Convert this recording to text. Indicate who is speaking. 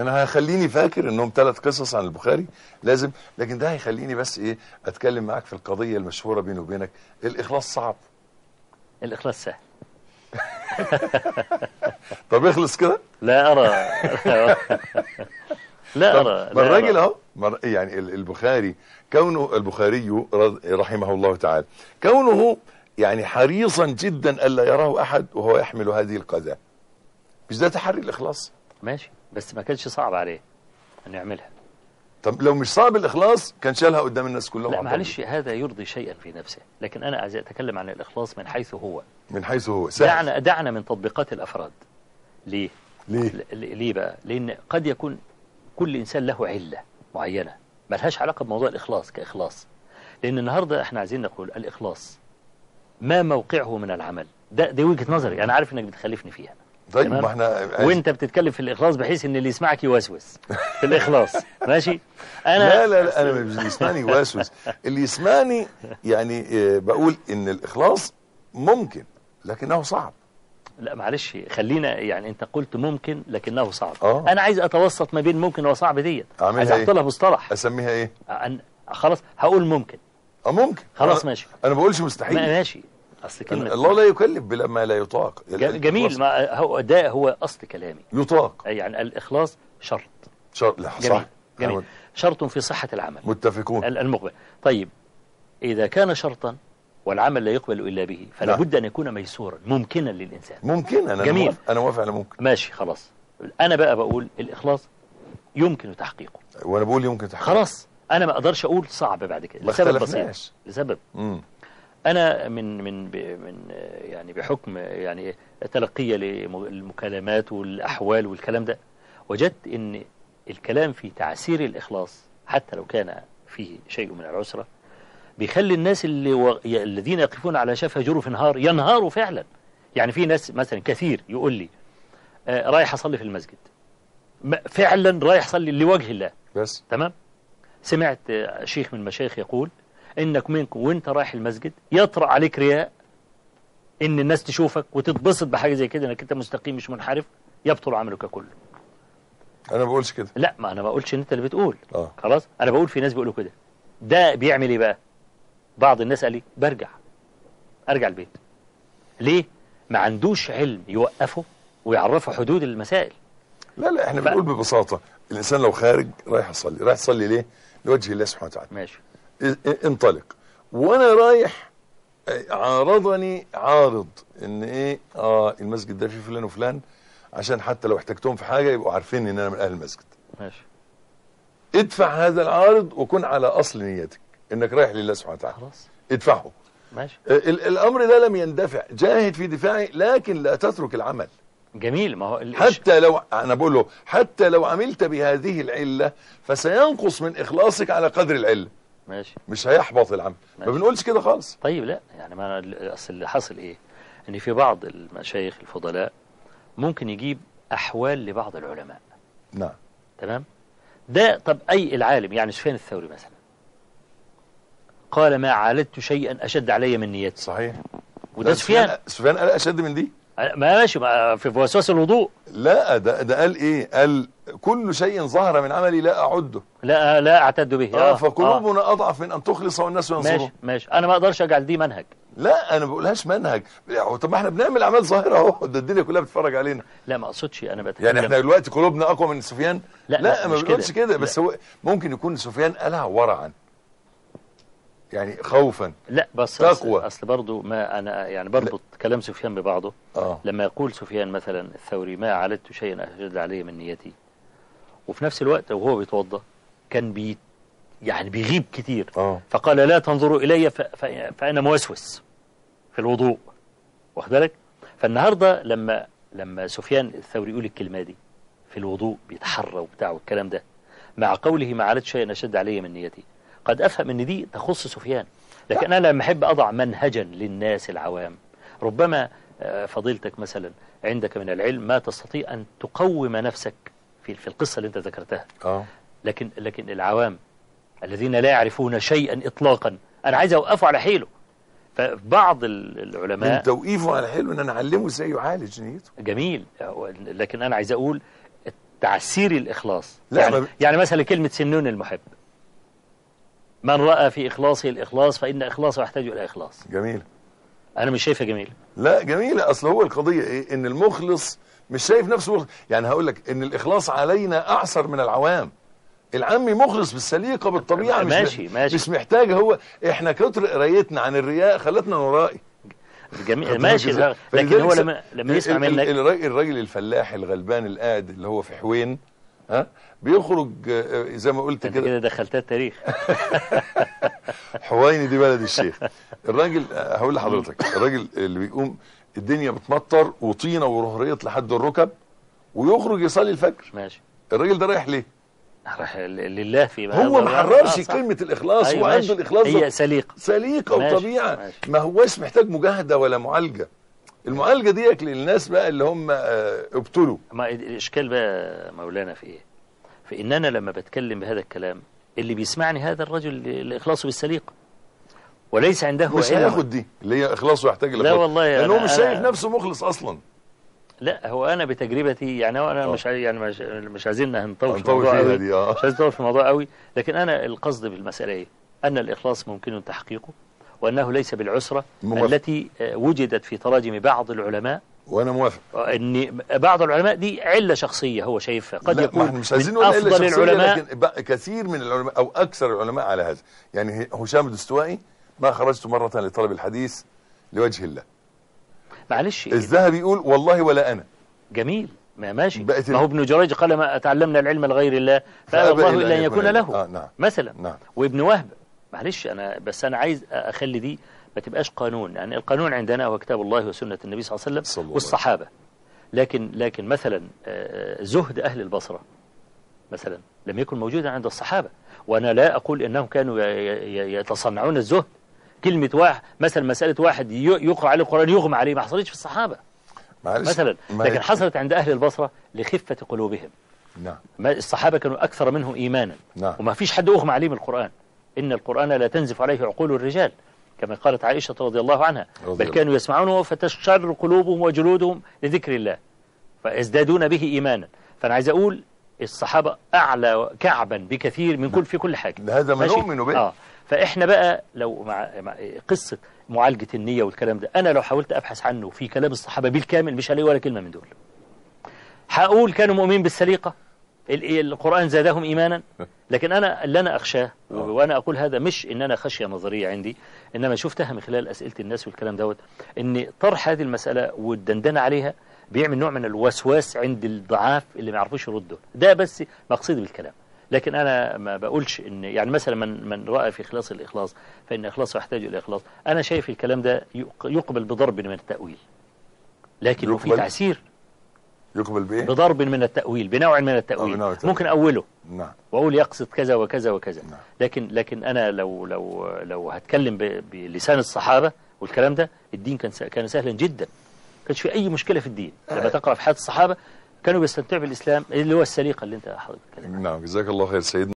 Speaker 1: انا هيخليني فاكر انهم ثلاث قصص عن البخاري لازم لكن ده هيخليني بس ايه اتكلم معاك في القضيه المشهوره بيني وبينك الاخلاص صعب
Speaker 2: الإخلاص سهل
Speaker 1: طب اخلص كده
Speaker 2: لا أرى لا أرى
Speaker 1: ما
Speaker 2: لا
Speaker 1: الراجل
Speaker 2: أرى.
Speaker 1: اهو ما- يعني ال- البخاري كونه البخاري رض- رحمه الله تعالى كونه يعني حريصا جدا الا يراه احد وهو يحمل هذه القذاء مش ده تحري الاخلاص
Speaker 2: ماشي بس ما كانش صعب عليه أن يعملها
Speaker 1: طب لو مش صعب الاخلاص كان شالها قدام الناس كلهم
Speaker 2: لا
Speaker 1: عن
Speaker 2: معلش هذا يرضي شيئا في نفسه لكن أنا عايز أتكلم عن الإخلاص من حيث هو
Speaker 1: طريق. من حيث هو سهل
Speaker 2: دعنا دعنا من تطبيقات الأفراد ليه؟
Speaker 1: ليه
Speaker 2: ل- ل- ليه بقى؟ لأن قد يكون كل إنسان له علة معينة ملهاش علاقة بموضوع الإخلاص كإخلاص لأن النهاردة إحنا عايزين نقول الإخلاص ما موقعه من العمل ده دي وجهة نظري أنا عارف إنك بتخالفني فيها
Speaker 1: طيب
Speaker 2: تمام.
Speaker 1: ما احنا
Speaker 2: وانت بتتكلم في الاخلاص بحيث ان اللي يسمعك يوسوس في الاخلاص ماشي انا
Speaker 1: لا لا لا انا مش يسمعني واسوس اللي يسمعني يعني آه، بقول ان الاخلاص ممكن لكنه صعب
Speaker 2: لا معلش خلينا يعني انت قلت ممكن لكنه صعب
Speaker 1: آه.
Speaker 2: انا عايز اتوسط ما بين ممكن وصعب ديت
Speaker 1: أعملها
Speaker 2: عايز احط
Speaker 1: إيه؟
Speaker 2: لها مصطلح
Speaker 1: اسميها ايه
Speaker 2: أن- خلاص هقول ممكن
Speaker 1: اه ممكن
Speaker 2: خلاص
Speaker 1: أنا-
Speaker 2: ماشي
Speaker 1: انا بقولش
Speaker 2: ما
Speaker 1: مستحيل
Speaker 2: ماشي اصل
Speaker 1: أنا-
Speaker 2: كلمه
Speaker 1: الله لا يكلف بلا ما لا يطاق
Speaker 2: ج- جميل
Speaker 1: الإخلاص
Speaker 2: ما هو ده هو اصل كلامي
Speaker 1: يطاق
Speaker 2: يعني الاخلاص شرط
Speaker 1: شر... لا
Speaker 2: جميل
Speaker 1: صح
Speaker 2: جميل
Speaker 1: أنا
Speaker 2: شرط في صحه العمل
Speaker 1: متفقون
Speaker 2: ال- المقبل طيب إذا كان شرطا والعمل لا يقبل إلا به فلا
Speaker 1: نعم.
Speaker 2: بد أن يكون ميسورا ممكنا للإنسان
Speaker 1: ممكن انا
Speaker 2: جميل.
Speaker 1: موافق انا موافق على ممكن
Speaker 2: ماشي خلاص أنا بقى بقول الإخلاص يمكن تحقيقه
Speaker 1: وانا بقول يمكن تحقيق
Speaker 2: خلاص أنا ما أقدرش أقول صعب بعد كده
Speaker 1: ما
Speaker 2: لسبب بسيط
Speaker 1: اختلفناش
Speaker 2: لسبب
Speaker 1: مم.
Speaker 2: أنا من من ب- من آه، يعني بحكم آه، يعني تلقية للمكالمات والأحوال والكلام ده وجدت أن الكلام في تعسير الإخلاص حتى لو كان فيه شيء من العسرة بيخلي الناس اللي و... ي- الذين يقفون على شفا جرف نهار ينهاروا فعلا يعني في ناس مثلا كثير يقول لي آه، رايح أصلي في المسجد م- فعلا رايح أصلي لوجه الله
Speaker 1: بس
Speaker 2: تمام سمعت آه، شيخ من المشايخ يقول انك منك وانت رايح المسجد يطرأ عليك رياء ان الناس تشوفك وتتبسط بحاجه زي كده انك انت مستقيم مش منحرف يبطل عملك كله
Speaker 1: انا بقولش كده
Speaker 2: لا ما انا ما بقولش ان انت اللي بتقول
Speaker 1: اه
Speaker 2: خلاص انا بقول في ناس بيقولوا كده ده بيعمل ايه بقى بعض الناس قال لي برجع ارجع البيت ليه ما عندوش علم يوقفه ويعرفه حدود المسائل
Speaker 1: لا لا احنا
Speaker 2: ف-
Speaker 1: بنقول ببساطه الانسان لو خارج رايح يصلي رايح يصلي ليه لوجه الله سبحانه وتعالى
Speaker 2: ماشي
Speaker 1: إ- إ- انطلق وانا رايح آه، عارضني عارض ان ايه اه المسجد ده فيه فلان وفلان عشان حتى لو احتجتهم في حاجه يبقوا عارفين ان انا من اهل المسجد
Speaker 2: ماشي
Speaker 1: ادفع هذا العارض وكن على اصل نيتك انك رايح لله سبحانه وتعالى
Speaker 2: خلاص
Speaker 1: ادفعه
Speaker 2: ماشي
Speaker 1: ال- الامر ده لم يندفع جاهد في دفاعه لكن لا تترك العمل
Speaker 2: جميل ما هو ال-
Speaker 1: حتى لو انا بقول له حتى لو عملت بهذه العله فسينقص من اخلاصك على قدر العله
Speaker 2: ماشي
Speaker 1: مش هيحبط العمل ما
Speaker 2: ماشي.
Speaker 1: بنقولش كده خالص
Speaker 2: طيب لا يعني ما أنا- اصل اللي حصل ايه؟ ان في بعض المشايخ الفضلاء ممكن يجيب احوال لبعض العلماء
Speaker 1: نعم
Speaker 2: تمام؟ ده طب اي العالم يعني سفيان الثوري مثلا قال ما عالجت شيئا اشد علي من نيتي
Speaker 1: صحيح
Speaker 2: وده
Speaker 1: لا،
Speaker 2: سفيان
Speaker 1: سفيان قال اشد من دي
Speaker 2: ما ماشي ما- في وسواس الوضوء
Speaker 1: لا ده ده قال ايه قال كل شيء ظهر من عملي لا اعده
Speaker 2: لا لا اعتد به
Speaker 1: آه
Speaker 2: آه، آه.
Speaker 1: فقلوبنا اضعف من ان تخلص والناس ينصرون
Speaker 2: ماشي ماشي انا ما اقدرش اجعل دي منهج
Speaker 1: لا انا ما بقولهاش منهج يعني طب ما احنا بنعمل اعمال ظاهره اهو ده الدنيا كلها بتتفرج علينا
Speaker 2: لا ما اقصدش انا بتكلم
Speaker 1: يعني احنا دلوقتي قلوبنا اقوى من سفيان
Speaker 2: لا، لا،
Speaker 1: ما
Speaker 2: مش
Speaker 1: بنقولش
Speaker 2: كده.
Speaker 1: كده بس هو ممكن يكون سفيان قالها ورعا يعني خوفا
Speaker 2: لا بس
Speaker 1: تقوى.
Speaker 2: اصل, أصل برضه ما انا يعني بربط كلام سفيان ببعضه
Speaker 1: اه
Speaker 2: لما يقول سفيان مثلا الثوري ما عالجت شيئا أشد عليه من نيتي وفي نفس الوقت وهو بيتوضأ كان بي يعني بيغيب كتير
Speaker 1: اه
Speaker 2: فقال لا تنظروا إلي ف... ف... فأنا موسوس في الوضوء واخد بالك فالنهاردة لما لما سفيان الثوري يقول الكلمة دي في الوضوء بيتحرى وبتاع والكلام ده مع قوله ما عالجت شيئا أشد علي من نيتي قد أفهم إن دي تخص سفيان لكن أنا لما أحب أضع منهجا للناس العوام ربما آه، فضيلتك مثلا عندك من العلم ما تستطيع أن تقوم نفسك في في القصة اللي أنت ذكرتها
Speaker 1: اه
Speaker 2: لكن لكن العوام الذين لا يعرفون شيئا اطلاقا انا عايز اوقفه على حيله فبعض ال-
Speaker 1: من
Speaker 2: العلماء
Speaker 1: توقيفه على حلو ان انا اعلمه ازاي يعالج نيته
Speaker 2: جميل لكن انا عايز اقول تعسير الإخلاص
Speaker 1: لا،
Speaker 2: يعني,
Speaker 1: ما-
Speaker 2: يعني مثلا كلمة سنون المحب من رأى في إخلاصه الإخلاص فإن إخلاصه يحتاج إلى إخلاص
Speaker 1: جميل
Speaker 2: أنا مش شايفها جميل
Speaker 1: لا جميلة اصل هو القضية ايه ان المخلص مش شايف نفسه مخلص. يعني هقول لك ان الاخلاص علينا اعسر من العوام العمي مخلص بالسليقة بالطبيعة مش
Speaker 2: ماشي، ماشي.
Speaker 1: مش محتاج هو احنا كتر قرايتنا عن الرياء خلتنا نرائي
Speaker 2: جميل ماشي
Speaker 1: بالظبط.
Speaker 2: لكن
Speaker 1: فلذلك
Speaker 2: هو
Speaker 1: س-
Speaker 2: لما لما يسمع
Speaker 1: ال- ال-
Speaker 2: منك
Speaker 1: الراجل الراجل الفلاح الغلبان القاد اللي هو في حوين ها بيخرج آه، آه، زي ما قلت
Speaker 2: انت
Speaker 1: كده
Speaker 2: كده دخلتها التاريخ
Speaker 1: حويني دي بلد الشيخ الراجل آه، هقول لحضرتك الراجل اللي بيقوم الدنيا بتمطر وطينه ورهريط لحد الركب ويخرج يصلي الفجر
Speaker 2: ماشي
Speaker 1: الراجل ده رايح ليه
Speaker 2: راح ل- لله في بقى
Speaker 1: هو ما
Speaker 2: آه،
Speaker 1: حررش
Speaker 2: صح.
Speaker 1: كلمه الاخلاص
Speaker 2: أيوة،
Speaker 1: هو عنده
Speaker 2: ماشي.
Speaker 1: الاخلاص ده
Speaker 2: هي سليقه
Speaker 1: سليقه
Speaker 2: ماشي،
Speaker 1: وطبيعه
Speaker 2: ماشي.
Speaker 1: ما هوش محتاج مجاهده ولا معالجه المعالجه ديك للناس بقى اللي هم آه، ابتلوا
Speaker 2: ما الاشكال بقى مولانا في ايه؟ في ان انا لما بتكلم بهذا الكلام اللي بيسمعني هذا الرجل اللي اخلاصه بالسليقه وليس عنده
Speaker 1: مش
Speaker 2: علم.
Speaker 1: هياخد دي اللي هي اخلاص ويحتاج
Speaker 2: لا والله
Speaker 1: لان
Speaker 2: أنا-
Speaker 1: هو مش
Speaker 2: أنا-
Speaker 1: شايف نفسه مخلص اصلا
Speaker 2: لا هو انا بتجربتي يعني هو انا
Speaker 1: آه.
Speaker 2: مش عاي- يعني مش, مش عايزين هنطول في
Speaker 1: هنطول
Speaker 2: الموضوع
Speaker 1: فيها
Speaker 2: قوي
Speaker 1: دي اه
Speaker 2: مش عايز اطول في الموضوع قوي لكن انا القصد بالمساله ايه؟ ان الاخلاص ممكن تحقيقه وانه ليس بالعسره
Speaker 1: موافق.
Speaker 2: التي آه، وجدت في تراجم بعض العلماء
Speaker 1: وانا موافق
Speaker 2: ان بعض العلماء دي عله شخصيه هو شايفها قد
Speaker 1: لا، ما
Speaker 2: يكون
Speaker 1: احنا مش عايزين
Speaker 2: من
Speaker 1: نقول إلا
Speaker 2: افضل
Speaker 1: شخصية،
Speaker 2: العلماء
Speaker 1: لكن بقى كثير من العلماء او اكثر العلماء على هذا يعني ه- هشام الدستوائي ما خرجت مره لطلب الحديث لوجه الله
Speaker 2: معلش
Speaker 1: الذهبي يقول والله ولا انا
Speaker 2: جميل ما ماشي
Speaker 1: بقت
Speaker 2: ما هو ابن جريج قال ما تعلمنا العلم لغير الله فابى الله
Speaker 1: إلا
Speaker 2: الا ان
Speaker 1: أن
Speaker 2: يكون
Speaker 1: يكون
Speaker 2: له
Speaker 1: آه، نعم.
Speaker 2: مثلا
Speaker 1: نعم
Speaker 2: وابن وهب معلش انا بس انا عايز اخلي دي ما تبقاش قانون يعني القانون عندنا هو كتاب الله وسنه النبي صلى الله عليه
Speaker 1: صلى الله
Speaker 2: وسلم
Speaker 1: عليه
Speaker 2: والصحابه لكن لكن مثلا آه، زهد اهل البصره مثلا لم يكن موجودا عند الصحابه وانا لا اقول انهم كانوا ي- ي- يتصنعون الزهد كلمه واحد مثلا مساله واحد ي- يقرا عليه القران يغمى عليه ما حصلتش في الصحابه
Speaker 1: معلش
Speaker 2: مثلا
Speaker 1: ما-
Speaker 2: لكن حصلت عند اهل البصره لخفه قلوبهم
Speaker 1: نعم
Speaker 2: ما الصحابه كانوا اكثر منهم ايمانا
Speaker 1: نعم
Speaker 2: وما فيش حد أغمى عليه من القرآن إن القرآن لا تنزف عليه عقول الرجال كما قالت عائشة رضي الله عنها
Speaker 1: رضي
Speaker 2: بل
Speaker 1: الله.
Speaker 2: كانوا يسمعونه فتشتر قلوبهم وجلودهم لذكر الله فيزدادون به إيمانا فأنا عايز أقول الصحابة أعلى كعبا بكثير من كل في كل حاجة
Speaker 1: هذا ما
Speaker 2: ماشي؟
Speaker 1: نؤمن به
Speaker 2: آه. فإحنا بقى لو مع, مع قصة معالجة النية والكلام ده أنا لو حاولت أبحث عنه في كلام الصحابة بالكامل مش هلاقي ولا كلمة من دول هقول كانوا مؤمنين بالسليقة ال- القرآن زادهم إيمانا لكن أنا اللي أنا أخشاه و-
Speaker 1: آه.
Speaker 2: وأنا أقول هذا مش إن أنا خشية نظرية عندي إنما شفتها من خلال أسئلة الناس والكلام دوت إن طرح هذه المسألة والدندنة عليها بيعمل نوع من الوسواس عند الضعاف اللي ما يعرفوش يردوا ده بس مقصدي بالكلام لكن انا ما بقولش ان يعني مثلا من من راى في اخلاص الاخلاص فان اخلاصه يحتاج الى اخلاص انا شايف الكلام ده يق- يقبل بضرب من التاويل لكن في
Speaker 1: يقبل؟
Speaker 2: تعسير
Speaker 1: يقبل بايه؟
Speaker 2: بضرب من التاويل بنوع من
Speaker 1: آه،
Speaker 2: التاويل
Speaker 1: بنوع من التأويل.
Speaker 2: ممكن اوله
Speaker 1: نعم
Speaker 2: واقول يقصد كذا وكذا وكذا
Speaker 1: نعم.
Speaker 2: لكن لكن انا لو لو لو هتكلم ب- بلسان الصحابه والكلام ده الدين كان س- كان سهلا جدا ما كانش في اي مشكله في الدين لما تقرا في حياه الصحابه كانوا بيستمتعوا بالاسلام اللي هو السليقه اللي انت حضرتك بتتكلم
Speaker 1: نعم جزاك الله خير سيدنا